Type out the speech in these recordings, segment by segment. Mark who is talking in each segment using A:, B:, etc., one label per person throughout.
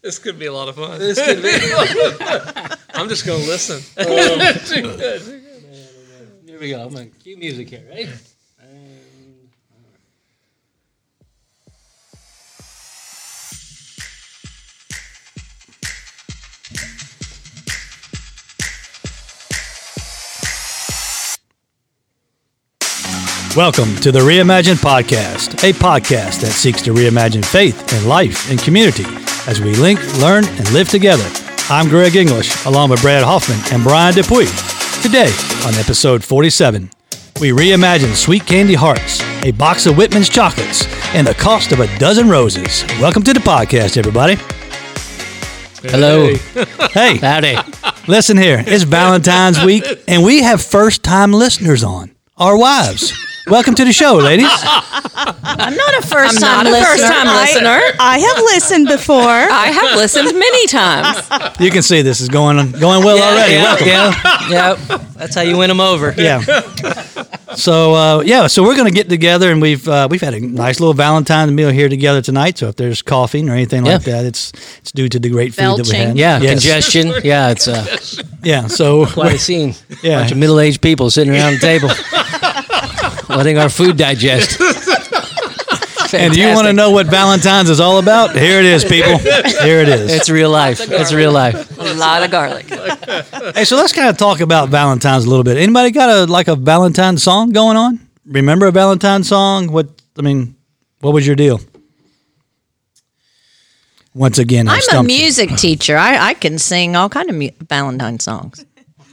A: This could be a lot of fun.
B: This could be.
A: I'm just going to listen.
C: Here we go. I'm going to cue music here, right? And-
D: Welcome to the Reimagine Podcast, a podcast that seeks to reimagine faith and life and community as we link, learn, and live together. I'm Greg English, along with Brad Hoffman and Brian Dupuy. Today, on episode 47, we reimagine Sweet Candy Hearts, a box of Whitman's chocolates, and the cost of a dozen roses. Welcome to the podcast, everybody.
C: Hello.
D: Hey,
C: Howdy.
D: Listen here, it's Valentine's week, and we have first time listeners on, our wives. Welcome to the show, ladies.
E: I'm not a first
F: I'm
E: time
F: not a
E: listener.
F: first-time
E: I-
F: listener.
E: I, have listened before.
F: I have listened many times.
D: You can see this is going on, going well already.
C: yeah,
D: Welcome.
C: yeah. Yep. That's how you win them over.
D: Yeah. So uh, yeah, so we're gonna get together, and we've uh, we've had a nice little Valentine's meal here together tonight. So if there's coughing or anything like
C: Yeah.
D: that, it's it's due to the great food that we
F: Belching.
D: had.
C: Yeah,
D: Yes.
C: congestion. Yeah, it's uh,
D: Yeah. So
C: quite a scene.
D: Yeah.
C: bunch of middle-aged people sitting around the table, letting our food digest.
D: and do you want to
C: Fantastic.
D: know what Valentine's is all about? Here it is, people. Here it is.
C: It's real life. It's real life.
F: A lot of garlic.
D: Hey, so let's kind of talk about Valentine's a little bit. Anybody got a like a Valentine song going on? Remember a Valentine song? What I mean, what was your deal? Once again, I'm,
E: I'm a music teacher. I, I can sing all kind of mu- Valentine songs.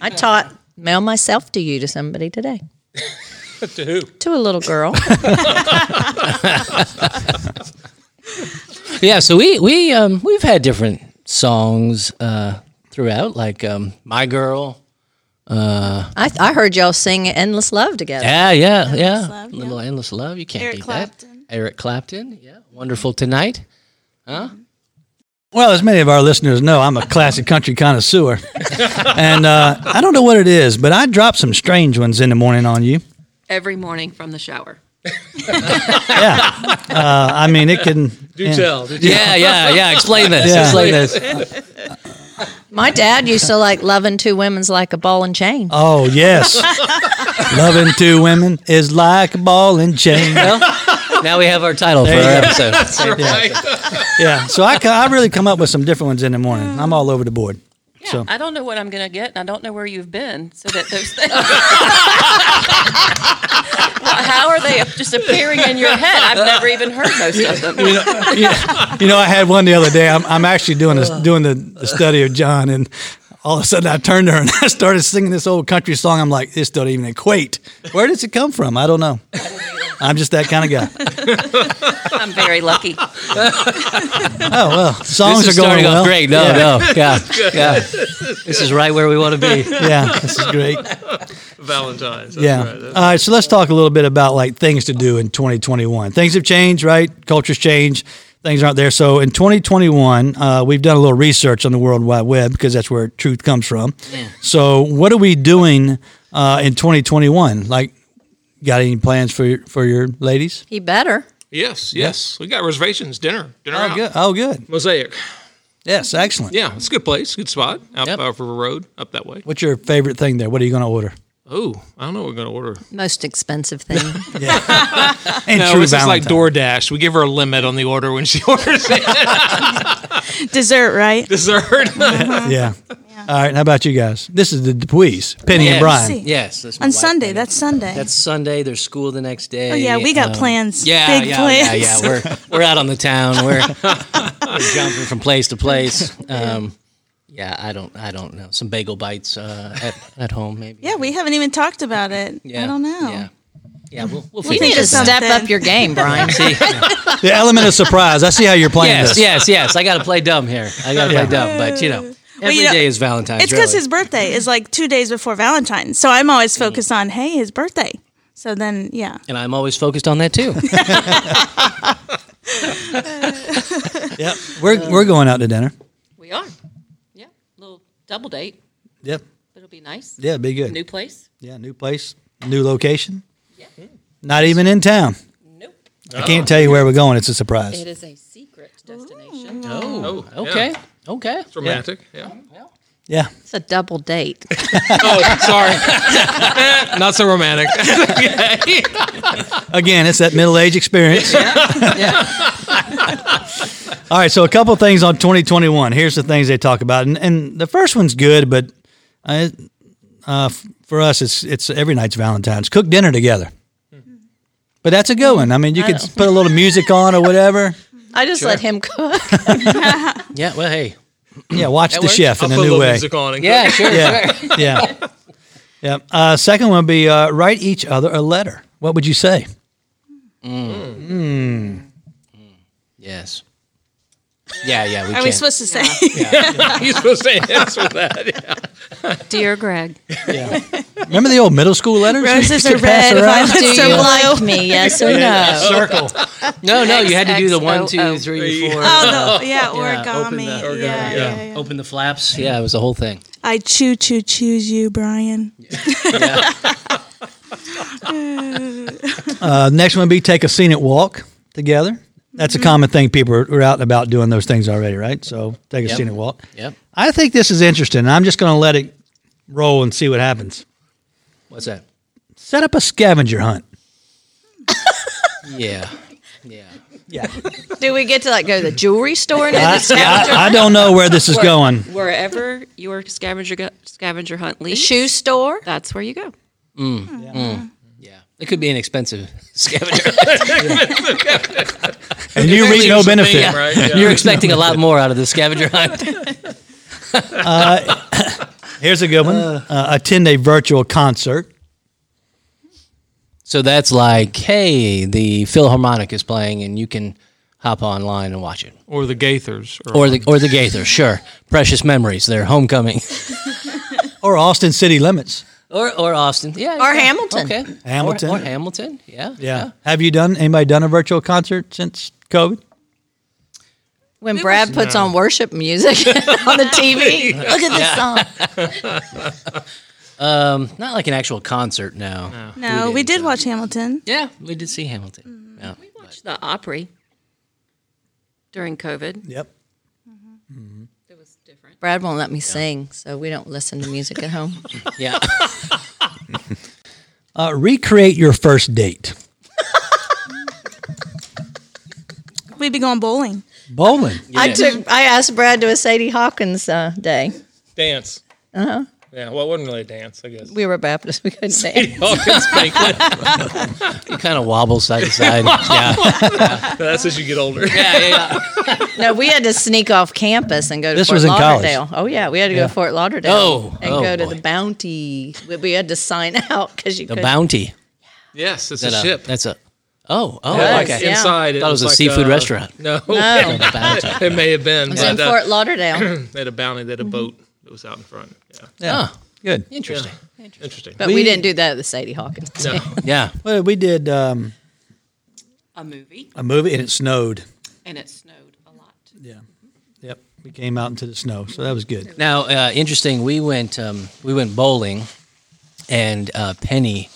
E: I taught mail myself to you to somebody today.
A: to who?
E: To a little girl.
C: Yeah. So we we um we've had different songs uh throughout, like um my girl.
E: I, I heard y'all sing "Endless Love" together.
C: Yeah, yeah, yeah.
G: Love,
C: Little endless love. You can't
G: Eric
C: beat
G: Clapton.
C: that. Eric Clapton. Yeah. Wonderful tonight.
D: Well, as many of our listeners know, I'm a classic country connoisseur, and uh, I don't know what it is, but I drop some strange ones in the morning on you.
F: Every morning from the shower.
D: Yeah, uh, I mean it can.
A: Do
D: yeah.
A: tell. Do tell.
C: Yeah, yeah, yeah. Explain this.
D: Yeah.
C: Explain this.
E: My dad used to like loving two women's like a ball and chain.
D: Oh yes, loving two women is like a ball and chain.
C: Now we have our title for our
D: There
C: episode.
D: Yeah, so I, co- I really come up with some different ones in the morning. I'm all over the board.
F: Yeah,
D: So-
F: I don't know what I'm going to get, and I don't know where you've been. So that those things. How are they just appearing in your head? I've never even heard most of them.
D: You know, I had one the other day. I'm, I'm actually doing this, doing the, the study of John, and all of a sudden I turned to her and I started singing this old country song. I'm like, this don't even equate. Where does it come from? I don't know. I'm just that kind of guy.
F: I'm very lucky.
D: Oh well, songs
C: This is
D: are going
C: starting
D: well.
C: off great. No,
D: yeah.
C: no, yeah, yeah. This is right where we want to be.
D: Yeah, this is great.
A: Valentine's. That's
D: Yeah.
A: right. That's-
D: All right. So let's talk a little bit about like things to do in 2021. Things have changed, right? Cultures change. Things aren't there. So in 2021, uh, we've done a little research on the World Wide Web because that's where truth comes from. So what are we doing uh, in 2021? Like, got any plans for your, for your ladies?
E: He better.
A: Yes, yes. We got reservations, dinner, dinner
D: Oh,
A: out.
D: good. Oh, good.
A: Mosaic.
D: Yes, excellent.
A: Yeah, it's a good place, good spot. Out
C: Yep.
A: off River Road, up that way.
D: What's your favorite thing there? What are you going to order?
A: Oh, I don't know what we're going to order.
E: Most expensive thing.
D: And
A: No,
D: true
A: it's just like
D: Valentine.
A: DoorDash. We give her a limit on the order when she orders it.
G: Dessert, right?
A: dessert.
D: Yeah. All right. How about you guys? This is the Dupuy's, Penny and
C: Yes.
D: Brian.
G: See.
C: Yes. that's my
G: On
C: wife,
G: Sunday.
C: Megan.
G: That's Sunday.
C: That's Sunday. There's school the next day.
G: oh yeah, we got
C: um,
G: plans.
C: Yeah,
G: big
C: yeah,
G: plans.
C: yeah, yeah. We're we're out on the town. We're, we're jumping from place to place. Um, yeah, I don't, I don't know. Some bagel bites uh, at at home, maybe.
G: Yeah, we haven't even talked about it. I don't know.
C: Yeah, yeah. We'll, we'll
E: you
C: figure
E: need
G: think
E: to
G: of
C: this out.
E: step
G: something.
E: up your game, Brian.
C: See,
D: The element of surprise. I see how you're playing
C: yes,
D: this.
C: yes, yes. I got to play dumb here. I got to play dumb, but you know, every day
G: you know,
C: is Valentine's.
G: It's because
C: really. Mm.
G: his birthday is like two days before Valentine's, so I'm always focused on hey, his birthday. So then, yeah,
C: and I'm always focused on that too.
D: Yep. Uh, We're, we're going out to dinner.
F: We are. Yeah, little double date.
D: Yep.
F: It'll be nice.
D: Yeah, be good.
F: New place.
D: yeah, new place, new location.
F: Yeah.
D: Not even in town.
F: Nope.
D: I can't tell you where we're going. It's a surprise.
F: It is a secret destination.
A: Oh, yeah.
C: Okay. Okay.
A: It's romantic. Yeah.
D: Yeah.
E: It's a double date.
A: Oh, sorry. Not so romantic. Okay.
D: Again, it's that middle age experience. All right, so a couple things on 2021. Here's the things they talk about, and, and the first one's good, but I, uh, f- for us, it's it's every night's Valentine's. Cook dinner together, but that's a good one. I mean, you could put a little music on or whatever.
E: I just let him cook.
C: Yeah. Well, hey.
D: Yeah, watch the
C: works.
D: chef
A: I'll
D: in
A: put
D: a
A: a
D: new
A: little
D: way.
A: music on. And
C: Yeah. Sure.
D: Yeah, yeah, yeah. Uh, second one would be uh, write each other a letter. What would you say?
C: Yes. Yeah. Yeah. We
G: Are
C: can.
G: we supposed to say?
A: You're supposed to answer that.
F: Dear Greg,
D: Remember the old middle school letters? they
G: Roses
D: used to
G: are
D: pass
G: red,
D: around?
G: violets
E: Do
G: are
E: you
G: blue.
E: like me? Yes or no?
D: circle.
C: no. No. You had to do the one, two,
F: XOO.
C: three, four.
G: Oh, the, yeah,
C: open
G: origami.
C: the-
G: Yeah,
C: origami,
G: yeah, yeah,
C: Open the flaps. Yeah. It was the whole thing.
G: I choo choo choose you, Brian.
D: Uh, next one would be take a scenic walk together. That's
G: Mm-hmm.
D: a common thing. People are, are out and about doing those things already, right? So take a
C: Yep.
D: scenic walk.
C: Yep.
D: I think this is interesting. I'm just going to let it roll and see what happens.
C: What's that?
D: Set up a scavenger hunt.
C: Yeah. Yeah.
D: Yeah.
E: Do we get to like go to the jewelry store and
D: I,
E: it's
D: I, I don't know where this is going.
F: wherever your scavenger gu- scavenger hunt
E: the
F: leads,
E: shoe store?
F: that's where you go.
C: Yeah. It could be an expensive scavenger.
D: And you reap no
A: It's the
D: benefit.
A: theme, right? Yeah.
C: You're expecting a lot more out of the scavenger hunt.
D: Here's a good one uh, attend a virtual concert.
C: So that's like, hey, the Philharmonic is playing, and you can hop online and watch it,
A: Or the Gaithers.
C: or the or the Gaither, sure. Precious memories, their homecoming,
D: Or Austin City Limits.
C: or or Austin, yeah,
E: Or
C: yeah.
E: Hamilton.
C: okay,
D: Hamilton.
C: or, or Hamilton, yeah,
D: Yeah. Have you done anybody done a virtual concert since COVID?
E: When Brad puts on worship music on the TV, look at this song.
C: Not like an actual concert, no.
G: No, we did watch Hamilton.
C: Yeah, we did see Hamilton. Yeah.
F: Watch the Opry during COVID.
D: Yep.
F: It was different.
E: Brad won't let me sing, so we don't listen to music at home.
C: yeah,
D: Uh, recreate your first date.
G: We'd be going bowling.
D: Bowling.
E: I took. I asked Brad to a Sadie Hawkins uh, day.
A: dance. Uh huh. Yeah, well, it wasn't really a dance, I guess.
E: We were Baptist. We couldn't dance.
A: Hawkins banquet.
C: you kind of wobble side to side. yeah,
A: That's as you get older.
E: No, we had to sneak off campus and go to
D: This
E: Fort
D: was in college.
E: Lauderdale. Oh yeah, we had to go to Fort Lauderdale
C: Oh,
E: and
C: oh,
E: go to
C: boy.
E: the Bounty. We, we had to sign out because you
C: the
E: couldn't.
C: Bounty.
A: Yes, it's
C: That,
A: a
C: uh,
A: ship.
C: That's a. Oh, oh,
E: Yeah,
C: okay.
E: yeah.
A: Inside,
C: Thought it was a seafood restaurant.
A: No,
E: No.
C: The Bounty.
A: it may have been.
E: It was in
A: but, uh,
E: Fort Lauderdale,
A: they had a bounty. They had a boat that was out in front. Yeah,
C: Oh,
D: Good.
C: interesting.
A: interesting.
E: but we,
D: We-
E: didn't do that at the Sadie Hawkins.
A: No.
C: Yeah.
D: Well, we did um,
F: A movie,
D: a movie and it snowed.
F: and it snowed a lot.
D: Yeah. Yep. We came out into the snow, so that was good.
C: Now, uh, interesting. We went um, we went bowling, and uh, Penny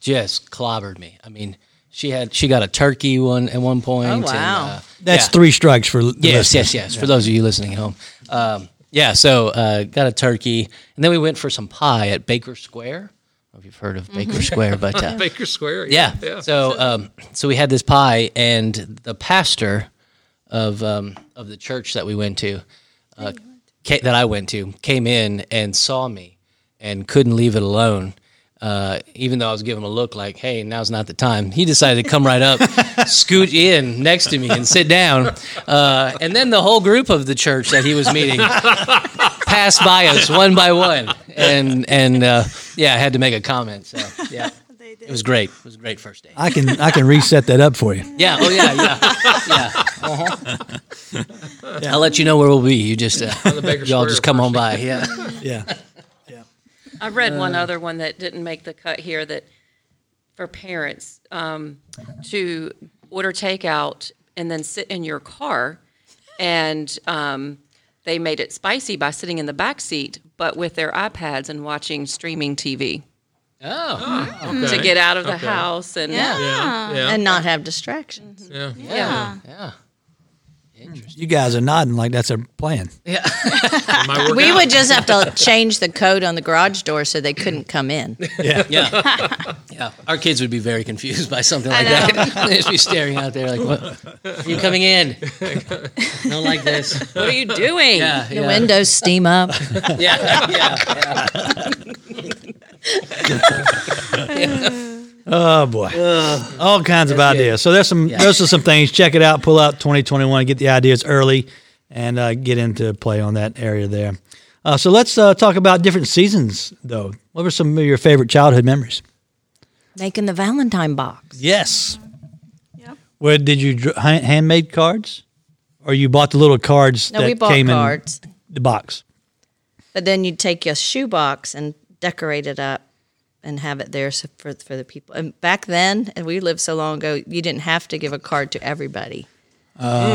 C: just clobbered me. I mean, she had she got a turkey one at one point.
E: Oh,
C: and,
E: wow.
C: uh,
D: That's
C: yeah.
D: three strikes for the listeners.
C: Yes, yes, yes. For those of you listening at home, um, yeah. So uh, got a turkey, and then we went for some pie at Baker Square. I don't know if you've heard of
E: Mm-hmm.
C: Baker Square, but uh,
A: Baker Square.
C: yeah.
A: yeah.
C: So um, so we had this pie, and the pastor of um, of the church that we went to, uh, ca- that I went to, came in and saw me, and couldn't leave it alone. Uh, even though I was giving him a look like, "Hey, now's not the time," he decided to come right up, scoot in next to me, and sit down. Uh, and then the whole group of the church that he was meeting passed by us one by one, and and uh, yeah, I had to make a comment. So yeah, it was great. It was a great first day.
D: I can I can reset that up for you.
C: Yeah. Oh yeah. Yeah. yeah. Uh-huh. I'll let you know where we'll be. You just uh,
A: the Baker
C: y'all
A: Square
C: just come on by. Yeah.
D: Yeah.
F: I read one other one that didn't make the cut here that for parents um, to order takeout and then sit in your car, and um, they made it spicy by sitting in the back seat, but with their iPads and watching streaming TV.
C: Oh,
F: to get out of the
A: Okay.
F: house and
G: Yeah.
A: Yeah. Yeah.
E: and not have distractions.
A: yeah.
C: yeah. Yeah. Interesting.
D: You guys are nodding like that's a plan.
A: Am I working
E: We
A: out?
E: would just have to change the code on the garage door so they couldn't come in.
C: Yeah. yeah. Our kids would be very confused by something like
F: know.
C: that. They'd just be staring out there like, what? Are you coming in? I don't like this.
F: what are you doing?
C: Yeah.
E: The
C: yeah.
E: windows steam up.
C: Yeah. Yeah.
D: Oh boy, all kinds of ideas. So there's some
C: Yeah.
D: those are some things. Check it out. Pull out 2021. Get the ideas early, and uh, get into play on that area there. Uh, so let's uh, talk about different seasons, though. What were some of your favorite childhood memories?
E: Making the Valentine box.
D: Yes.
G: Yep.
D: Where did you dr- ha- handmade cards, or you bought the little cards
E: No,
D: that
E: we bought
D: came
E: cards.
D: in the box?
E: But then you'd take your shoebox and decorate it up and have it there so- for, for the people. And back then, and we lived so long ago, you didn't have to give a card to everybody.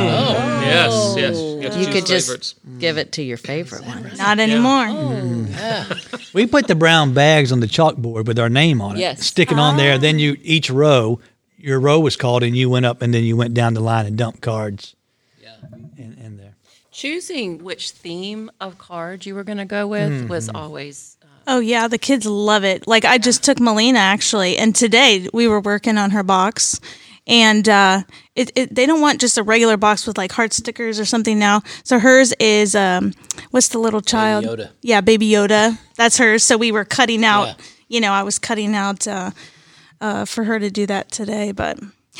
A: Yes, yes. You,
E: You could just Mm. give it to your favorite one.
G: Not anymore.
C: Oh,
D: We put the brown bags on the chalkboard with our name on it,
E: Yes.
D: sticking on there. Then you each row, your row was called, and you went up, and then you went down the line and dumped cards. Yeah, in, in there.
F: Choosing which theme of card you were going to go with was always uh,
G: Oh yeah, the kids love it. Like I just took Melina actually, and today we were working on her box, and uh, it, it they don't want just a regular box with like heart stickers or something now. So hers is um, what's the little child?
C: Yoda.
G: Yeah, Baby Yoda. That's hers. So we were cutting out.
C: Yeah.
G: You know, I was cutting out uh, uh, for her to do that today, but.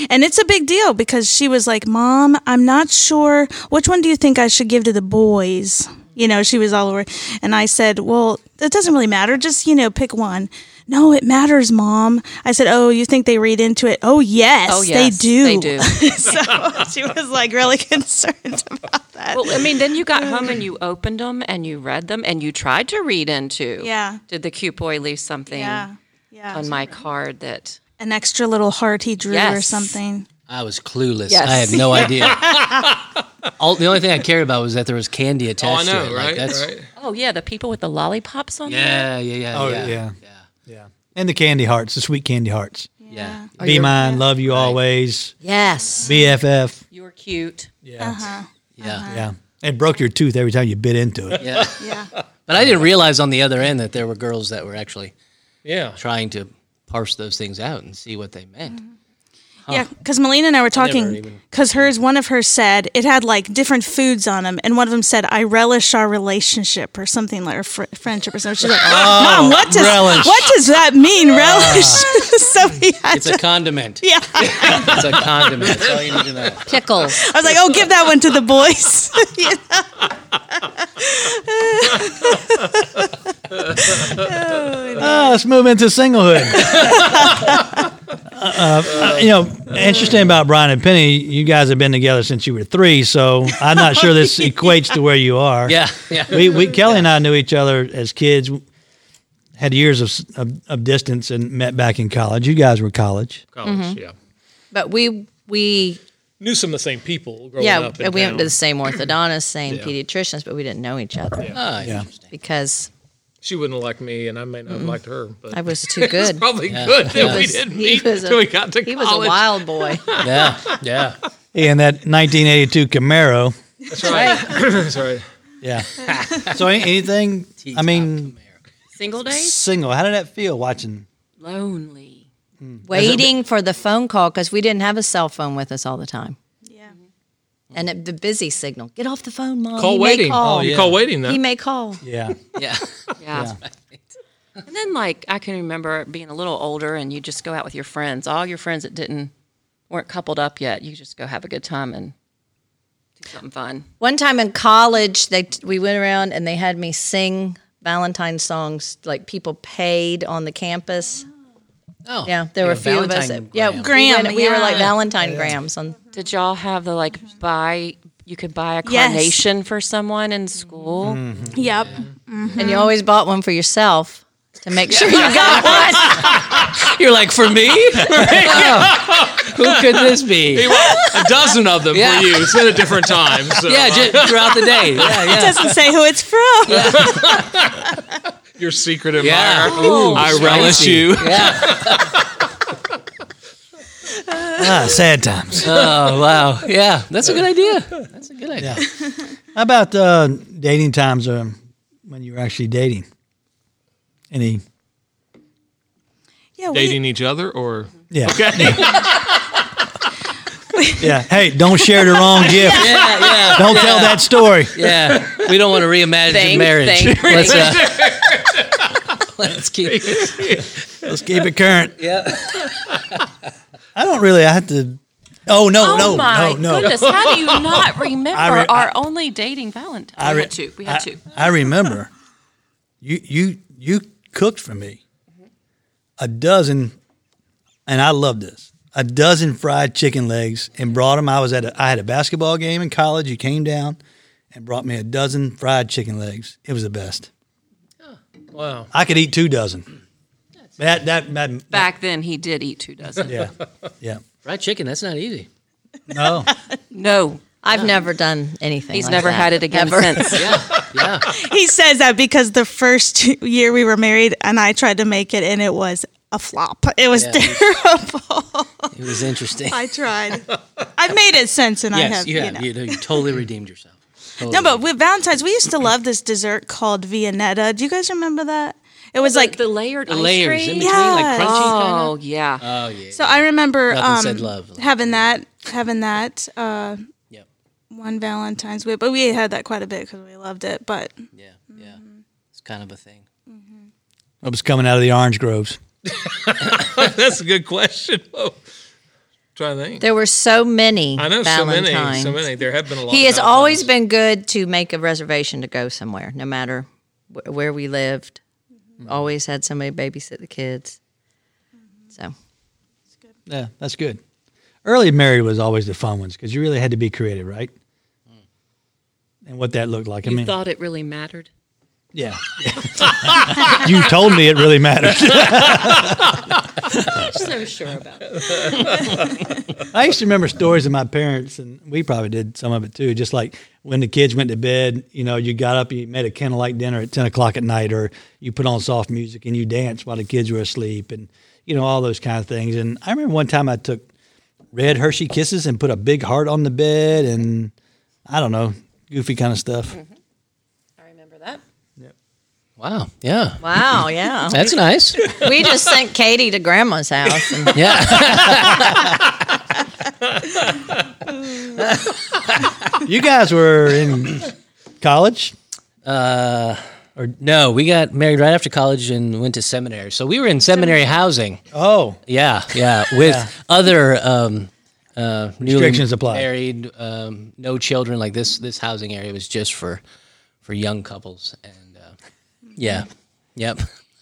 G: And it's a big deal because she was like, "Mom, I'm not sure which one do you think I should give to the boys." You know, she was all over. And I said, "Well, it doesn't really matter. Just you know, pick one." No, it matters, Mom. I said, "Oh, you think they read into it?" Oh, yes,
F: Oh, yes,
G: they do.
F: they do.
G: so she was like really concerned about that.
F: Well, I mean, then you got home and you opened them and you read them and you tried to read into.
G: Yeah.
F: Did the cute boy leave something
G: yeah, yeah.
F: on my card that?
G: An extra little heart he drew or
F: Yes.
G: something.
C: I was clueless.
F: Yes.
C: I had no idea. All, the only thing I cared about was that there was candy
A: Oh, I
C: attached to
A: know,
C: it. Like,
A: right?
C: that's-
A: right.
F: Oh yeah, the people with the lollipops on. there?
C: Yeah, yeah, yeah.
D: Oh,
C: yeah.
D: yeah. Yeah, and the candy hearts, the sweet candy hearts.
C: Yeah.
D: Be mine, love you always,
E: Yes.
D: BFF.
F: You were cute.
D: Yeah,
G: Uh-huh.
C: Yeah.
D: yeah. Uh-huh. It broke your tooth every time you bit into it.
C: Yeah.
G: Yeah,
C: But I didn't realize on the other end that there were girls that were actually
A: Yeah.
C: trying to parse those things out and see what they meant.
G: yeah. Because Melina and I were talking.
C: even-
G: Because hers, one of hers said it had like different foods on them, and one of them said, "I relish our relationship" or something like, or fr- friendship or something. She's like,
C: Oh,
G: "Mom, what does
D: relish."
G: what does that mean,
C: Ah.
G: relish?" so we had
C: It's
G: to.
C: a condiment.
G: yeah,
C: It's a condiment. That's all you need to know.
E: Pickles.
G: I was like, "Oh, give that one to the boys." You know?
D: Ah, let's move into singlehood. uh, uh, you know, interesting about Brian and Penny. You guys have been together since you were three, so I'm not sure this equates to where you are.
C: Yeah. Yeah.
D: we, we Kelly and I knew each other as kids. Had years of, s- of of distance and met back in college. You guys were college.
A: College, yeah.
E: But we, we,
A: Knew some of the same people growing
E: yeah,
A: up.
E: we
A: in
E: went
A: town.
E: to the same orthodontist, same
A: Yeah.
E: pediatricians, but we didn't know each other
C: Oh,
D: Yeah.
C: interesting.
E: because
A: She wouldn't have liked me, and I may not have liked her. But
E: I was too good.
A: It's probably good that we
E: was-
A: didn't
E: he
A: meet
E: was a-
A: until we got to
E: He was
A: college.
E: a wild boy.
C: Yeah. Yeah.
D: And that 1982 Camaro.
A: That's right. That's right.
D: Yeah. so any- anything? I mean,
F: Single days.
D: single. How did that feel watching?
F: Lonely.
E: Waiting for the phone call because we didn't have a cell phone with us all the time.
G: yeah.
E: And it, the busy signal. Get off the phone, mom.
A: Call
E: he May
A: waiting. Oh,
E: call.
A: You call waiting though.
E: He may call.
D: Yeah.
C: Yeah.
F: Yeah. And then, like, I can remember being a little older, and you just go out with your friends, all your friends that didn't weren't coupled up yet. You just go have a good time and do something fun.
E: One time in college, they we went around and they had me sing Valentine songs. Like people paid on the campus.
C: Oh.
E: Yeah, there were a
C: Like a
E: few of us.
C: Valentine
E: that- yeah,
C: gram.
E: We,
G: Gram,
E: went- we were like
G: yeah.
E: Valentine grams on.
F: Did y'all have the like buy? You could buy a
G: Yes.
F: carnation for someone in school.
G: Yep.
E: And you always bought one for yourself to make sure you got one.
C: You're like, for me? Oh. Who could this be?
A: a dozen of them
C: Yeah.
A: for you. It's been a different time. So
C: Yeah, just throughout the day. Yeah, yeah.
G: Doesn't say who it's from.
A: Your secret
C: Yeah.
A: admirer.
C: Ooh, I relish
D: spicy.
C: you.
D: Ah, sad times. How
C: Oh wow. Yeah, that's a good idea. That's a good idea.
D: about uh, dating times um, when you were actually dating? Any?
G: Yeah, we,
A: Dating each other or
D: Yeah. yeah. Hey, don't share the wrong gift.
C: Yeah, yeah,
D: Don't tell that story.
C: yeah. We don't want to reimagine
F: Thank-
C: marriage.
F: thank-
C: let's uh, let's keep.
D: Let's keep it current.
C: Yeah.
D: I don't really. I have to. Oh no,
F: Oh
D: no,
F: my
D: no, no.
F: goodness! How do you not remember
D: I re-
F: our only dating Valentine?
D: I
F: we
D: re-
F: had two. We had
D: I-
F: two.
D: I remember you you you cooked for me a dozen, and I love this a dozen fried chicken legs and brought them. I was at a, I had a basketball game in college. You came down and brought me a dozen fried chicken legs. It was the best.
A: wow.
D: I could eat two dozen. That that, that
F: Back then, he did eat two dozen.
D: yeah yeah
C: Fried chicken. That's not easy.
D: no
F: No,
E: I've never done anything.
F: he's
E: like
F: never
E: that,
F: had it again
E: ever.
F: since.
C: Yeah, yeah.
G: he says that because the first year we were married, and I tried to make it, and it was a flop. It was
C: Yeah.
G: terrible.
C: It was interesting.
G: I tried. I've made it since, and I
C: yes,
G: have.
C: you
G: you
C: have.
G: know.
C: You, know, you totally redeemed yourself.
G: No, but with Valentine's, we used to love this dessert called Viennetta. Do you guys remember that? It was like
F: Like the layered ice
C: layers in
F: cream.
C: between, like
G: Yes.
C: crunchy kind
F: Oh yeah.
C: of. Oh yeah.
G: so. I remember
C: Nothing
G: um,
C: said love.
G: having that, having that uh,
C: Yep.
G: one Valentine's week, but we had that quite a bit because we loved it. But
C: Yeah, yeah. It's kind of a thing.
D: it was coming out of the orange groves.
A: That's a good question. Whoa. Trying to think.
E: There were so many.
A: I know
E: Valentines.
A: so many, so many. There have been a lot.
E: He
A: of
E: has always
A: Valentines.
E: been good to make a reservation to go somewhere, no matter wh- where we lived. Always had somebody babysit the kids. So
D: Yeah, that's good. Early married was always the fun ones because you really had to be creative, right? And what that looked like. I
F: you
D: mean,
F: thought it really mattered.
D: yeah. you told me it really mattered.
F: So sure about it.
D: I used to remember stories of my parents, and we probably did some of it too. Just like when the kids went to bed, you know, you got up, you made a candlelight dinner at ten o'clock at night, or you put on soft music and you danced while the kids were asleep, and you know all those kind of things. And I remember one time I took red Hershey kisses and put a big heart on the bed, and I don't know, goofy kind of stuff.
E: Mm-hmm.
F: I remember that.
C: Wow. Yeah.
E: wow, yeah,
C: That's nice.
E: we just sent Katie to Grandma's house. And
C: Yeah.
D: You guys were in college.
C: no, we got married right after college and went to seminary. So we were in seminary housing.
D: Oh,
C: Yeah, yeah. With other um, uh, newly
D: Restrictions apply.
C: Married, um, no children. Like this, this housing area was just for for young couples. And uh, yeah, yep.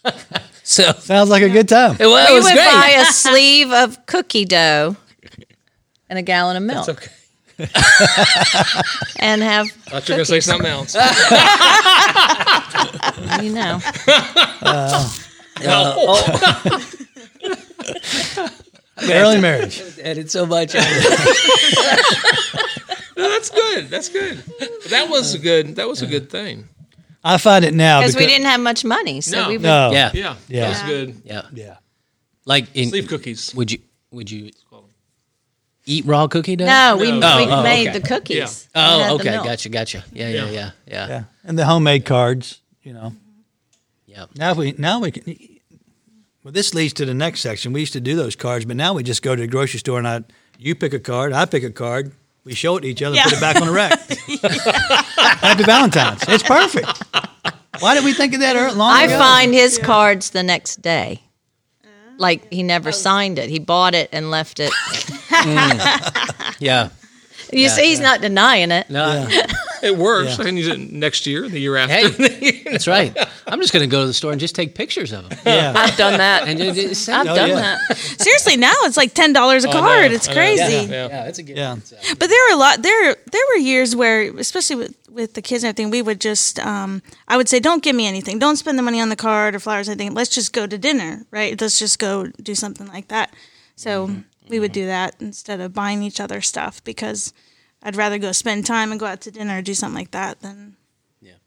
C: so it
D: sounds like a good time.
C: was,
E: we
C: it was
E: would
C: great.
E: buy a sleeve of cookie dough and a gallon of milk,
A: Okay.
E: and have
A: I thought you were going to say something else.
E: you know.
C: Uh, oh,
D: Early marriage.
C: Added so much.
A: That's good. That's good. That was a good. That was a good thing.
D: I find it now
E: because we didn't have much money, so
A: No.
E: we would,
D: No.
C: yeah,
A: Yeah.
D: Yeah.
A: That was good.
C: yeah.
D: Yeah.
C: Like in,
A: Sleeve cookies.
C: would you would you eat raw cookie dough?
E: no, we, we
C: oh,
E: made
C: okay.
E: the cookies. and had
C: Oh,
E: the
C: okay,
E: milk.
C: gotcha, gotcha. Yeah, yeah,
A: Yeah.
C: yeah, yeah,
D: Yeah. And the homemade cards, you know.
C: yeah.
D: Now we now we can Well, this leads to the next section. We used to do those cards, but now we just go to the grocery store and I you pick a card, I pick a card, we show it to each other and put it back on the rack. Happy Valentine's. It's perfect. Why did we think of that ear- long
E: I
D: ago?
E: find his cards the next day. Like he never signed it. He bought it and left it.
C: yeah.
E: You see, he's not denying it.
C: No,
A: It works. I can use it next year, the year after.
C: Hey, that's right. I'm just going to go to the store and just take pictures of them.
D: yeah.
F: I've done that.
C: And just, just
F: I've
C: send them.
F: done
D: Oh, yeah.
F: that.
G: seriously, now it's like ten dollars a card. It's crazy.
A: Yeah.
C: Yeah, that's a good
D: Yeah.
G: But there were a lot there there were years where especially with, with the kids and everything, we would just um, I would say, Don't give me anything. Don't spend the money on the card or flowers or anything. Let's just go to dinner, right? Let's just go do something like that. So
C: Mm-hmm.
G: we would do that instead of buying each other stuff because I'd rather go spend time and go out to dinner or do something like that than
C: Yeah.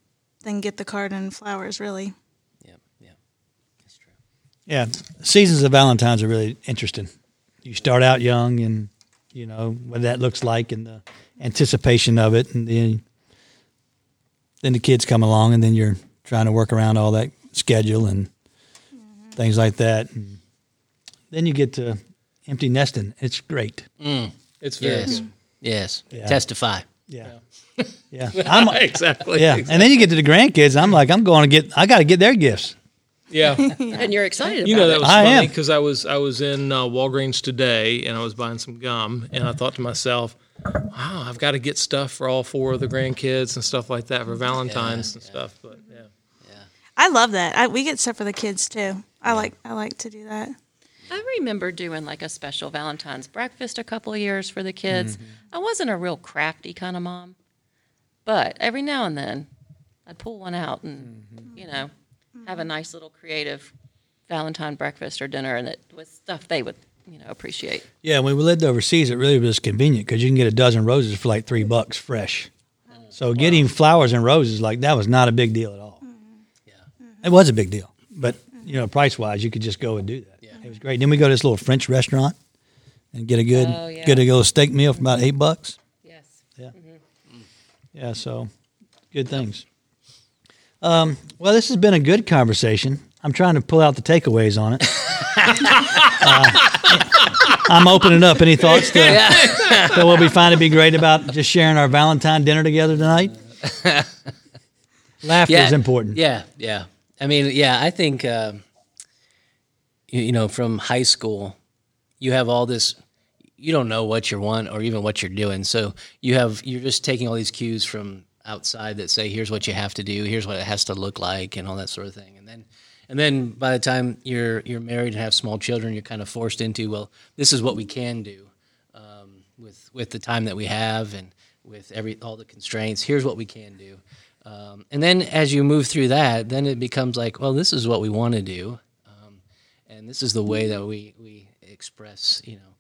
G: than get the card and flowers really.
C: Yep.
D: Yeah, seasons of Valentine's are really interesting. You start out young, and you know what that looks like, and the anticipation of it, and then then the kids come along, and then you're trying to work around all that schedule and things like that. And then you get to empty nesting. It's great.
A: It's very
C: Yes.
A: good.
C: Yes.
D: Yeah.
C: Testify.
D: Yeah, yeah. I'm,
A: exactly.
D: yeah, and then you get to the grandkids. I'm like, I'm going to get. I got to get their gifts.
A: Yeah.
F: and you're excited
A: You
F: about
A: know that was
D: I
A: funny
D: am.
A: because I was I was in uh, Walgreens today and I was buying some gum and I thought to myself, wow, I've got to get stuff for all four of the grandkids and stuff like that for Valentine's and stuff. But yeah,
G: I love that. I, we get stuff for the kids too. I like I like to do that.
F: I remember doing like a special Valentine's breakfast a couple of years for the kids. I wasn't a real crafty kind of mom, but every now and then I'd pull one out and, you know, have a nice little creative Valentine breakfast or dinner and it was stuff they would, you know, appreciate.
D: Yeah, when we lived overseas, it really was convenient because you can get a dozen roses for like three bucks fresh. So getting flowers and roses like that was not a big deal at all.
F: Mm-hmm.
D: Yeah, it was a big deal, but you know, price wise, you could just go and do that. Yeah. it was great. Then we go to this little French restaurant and get a good,
F: Oh, yeah.
D: get a little steak meal for about eight bucks.
F: Yes.
D: Yeah, so good things. Um, well, this has been a good conversation. I'm trying to pull out the takeaways on it. Uh, I'm opening up. Any thoughts that, that we'll be fine to be great about just sharing our Valentine dinner together tonight? Laughter is important.
C: Yeah, yeah. I mean, yeah. I think uh, you, you know, from high school, you have all this. You don't know what you want or even what you're doing, so you have you're just taking all these cues from outside that say, "Here's what you have to do. Here's what it has to look like," and all that sort of thing. And then, and then by the time you're you're married and have small children, you're kind of forced into, well, this is what we can do um, with with the time that we have and with every all the constraints here's what we can do um, and then as you move through that then it becomes like well this is what we want to do um, and this is the way that we we express you know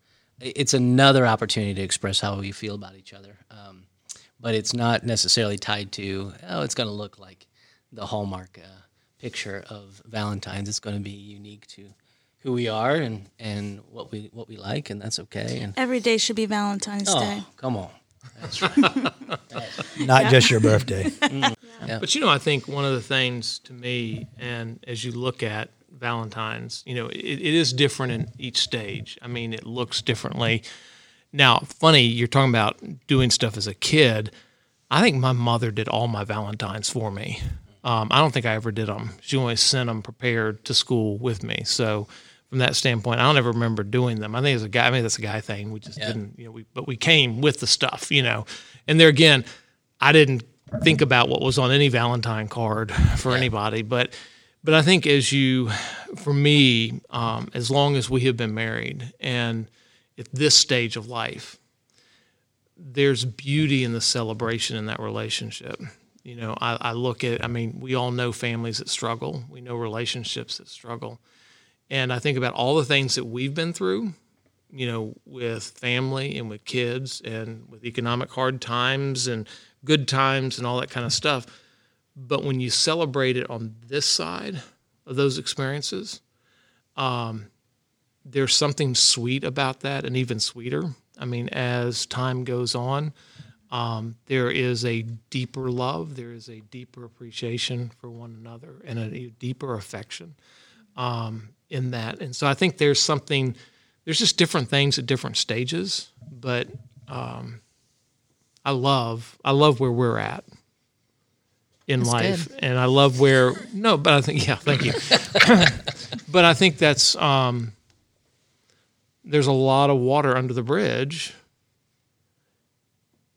C: i- it's another opportunity to express how we feel about each other um, but it's not necessarily tied to oh it's going to look like the hallmark uh, picture of valentine's it's going to be unique to who we are and and what we what we like and that's okay and
G: Every day should be Valentine's Day.
C: Oh, come on.
D: Not just your birthday.
A: But you know, I think one of the things to me, and as you look at Valentine's, you know, it, it is different in each stage. I mean, it looks differently. Now, funny, you're talking about doing stuff as a kid. I think my mother did all my Valentines for me. Um, I don't think I ever did them. She always sent them prepared to school with me. So, from that standpoint, I don't ever remember doing them. I think it's a guy. I mean, that's a guy thing. We just didn't, you know. We but we came with the stuff, you know. And there again, I didn't think about what was on any Valentine card for anybody, but but I think as you, for me, um, as long as we have been married and at this stage of life, there's beauty in the celebration in that relationship. You know, I, I look at, I mean, we all know families that struggle. We know relationships that struggle. And I think about all the things that we've been through, you know, with family and with kids and with economic hard times and good times and all that kind of stuff. But when you celebrate it on this side of those experiences, um, there's something sweet about that and even sweeter. I mean, as time goes on, um, there is a deeper love, there is a deeper appreciation for one another, and a deeper affection um, in that. And so I think there's something, there's just different things at different stages, but um, I love, I love where we're at in life, and I love where no, but I think yeah, thank you. but I think that's um, there's a lot of water under the bridge,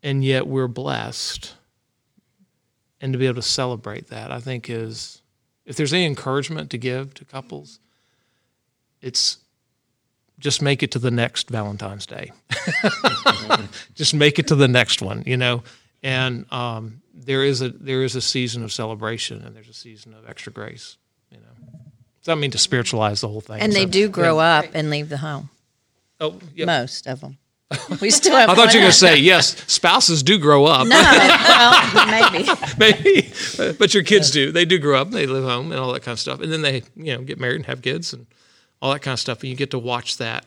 A: and yet we're blessed. And to be able to celebrate that, I think, is if there's any encouragement to give to couples, it's just make it to the next Valentine's Day. just make it to the next one, you know. And um, there is a there is a season of celebration, and there's a season of extra grace, you know. So I don't mean to spiritualize the whole thing.
B: And they
A: so-
B: do grow up and leave the home.
A: Oh, yeah.
B: Most of them.
E: We still have.
A: I thought you were
E: one.
A: going to say yes. Spouses do grow up,
E: No, well, maybe.
A: maybe, but your kids do. They do grow up. They live home and all that kind of stuff, and then they you know get married and have kids and all that kind of stuff. And you get to watch that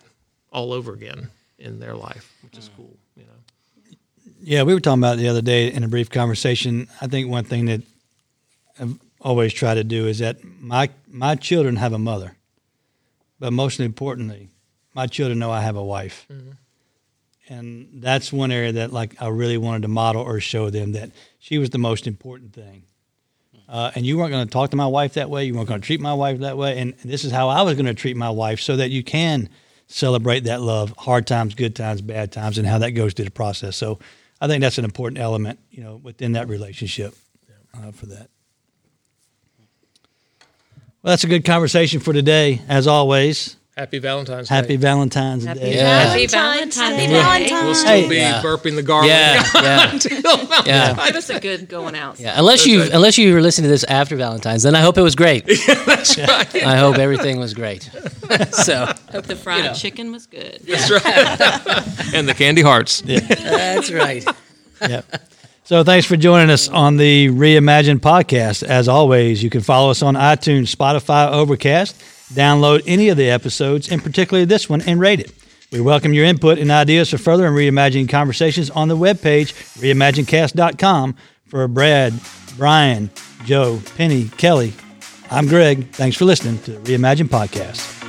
A: all over again in their life, which is cool. You know.
D: Yeah, we were talking about it the other day in a brief conversation. I think one thing that I've always tried to do is that my my children have a mother, but most importantly, my children know I have a wife, and that's one area that like I really wanted to model or show them that she was the most important thing. Uh, and you weren't going to talk to my wife that way. You weren't going to treat my wife that way. And this is how I was going to treat my wife, so that you can celebrate that love, hard times, good times, bad times, and how that goes through the process. So, I think that's an important element, you know, within that relationship uh, for that. Well, that's a good conversation for today. As always,
A: Happy Valentine's
D: happy
A: Day.
D: Valentine's Day.
C: Yeah.
F: Happy Valentine's Day.
G: Happy Valentine's.
A: We'll still be
C: Yeah.
A: burping the garlic.
C: Yeah, yeah,
A: until-
C: yeah.
F: Give us a good going out.
C: Yeah, unless you unless you were listening to this after Valentine's, then I hope it was great. I hope everything was great. so
F: Hope the fried chicken was good.
A: and the candy hearts.
C: that's right.
D: yeah. So thanks for joining us on the Reimagine podcast. As always, you can follow us on iTunes, Spotify, Overcast. Download any of the episodes, and particularly this one, and rate it. We welcome your input and ideas for further and reimagining conversations on the webpage, reimaginecast.com. For Brad, Brian, Joe, Penny, Kelly, I'm Greg. Thanks for listening to the Reimagine Podcast.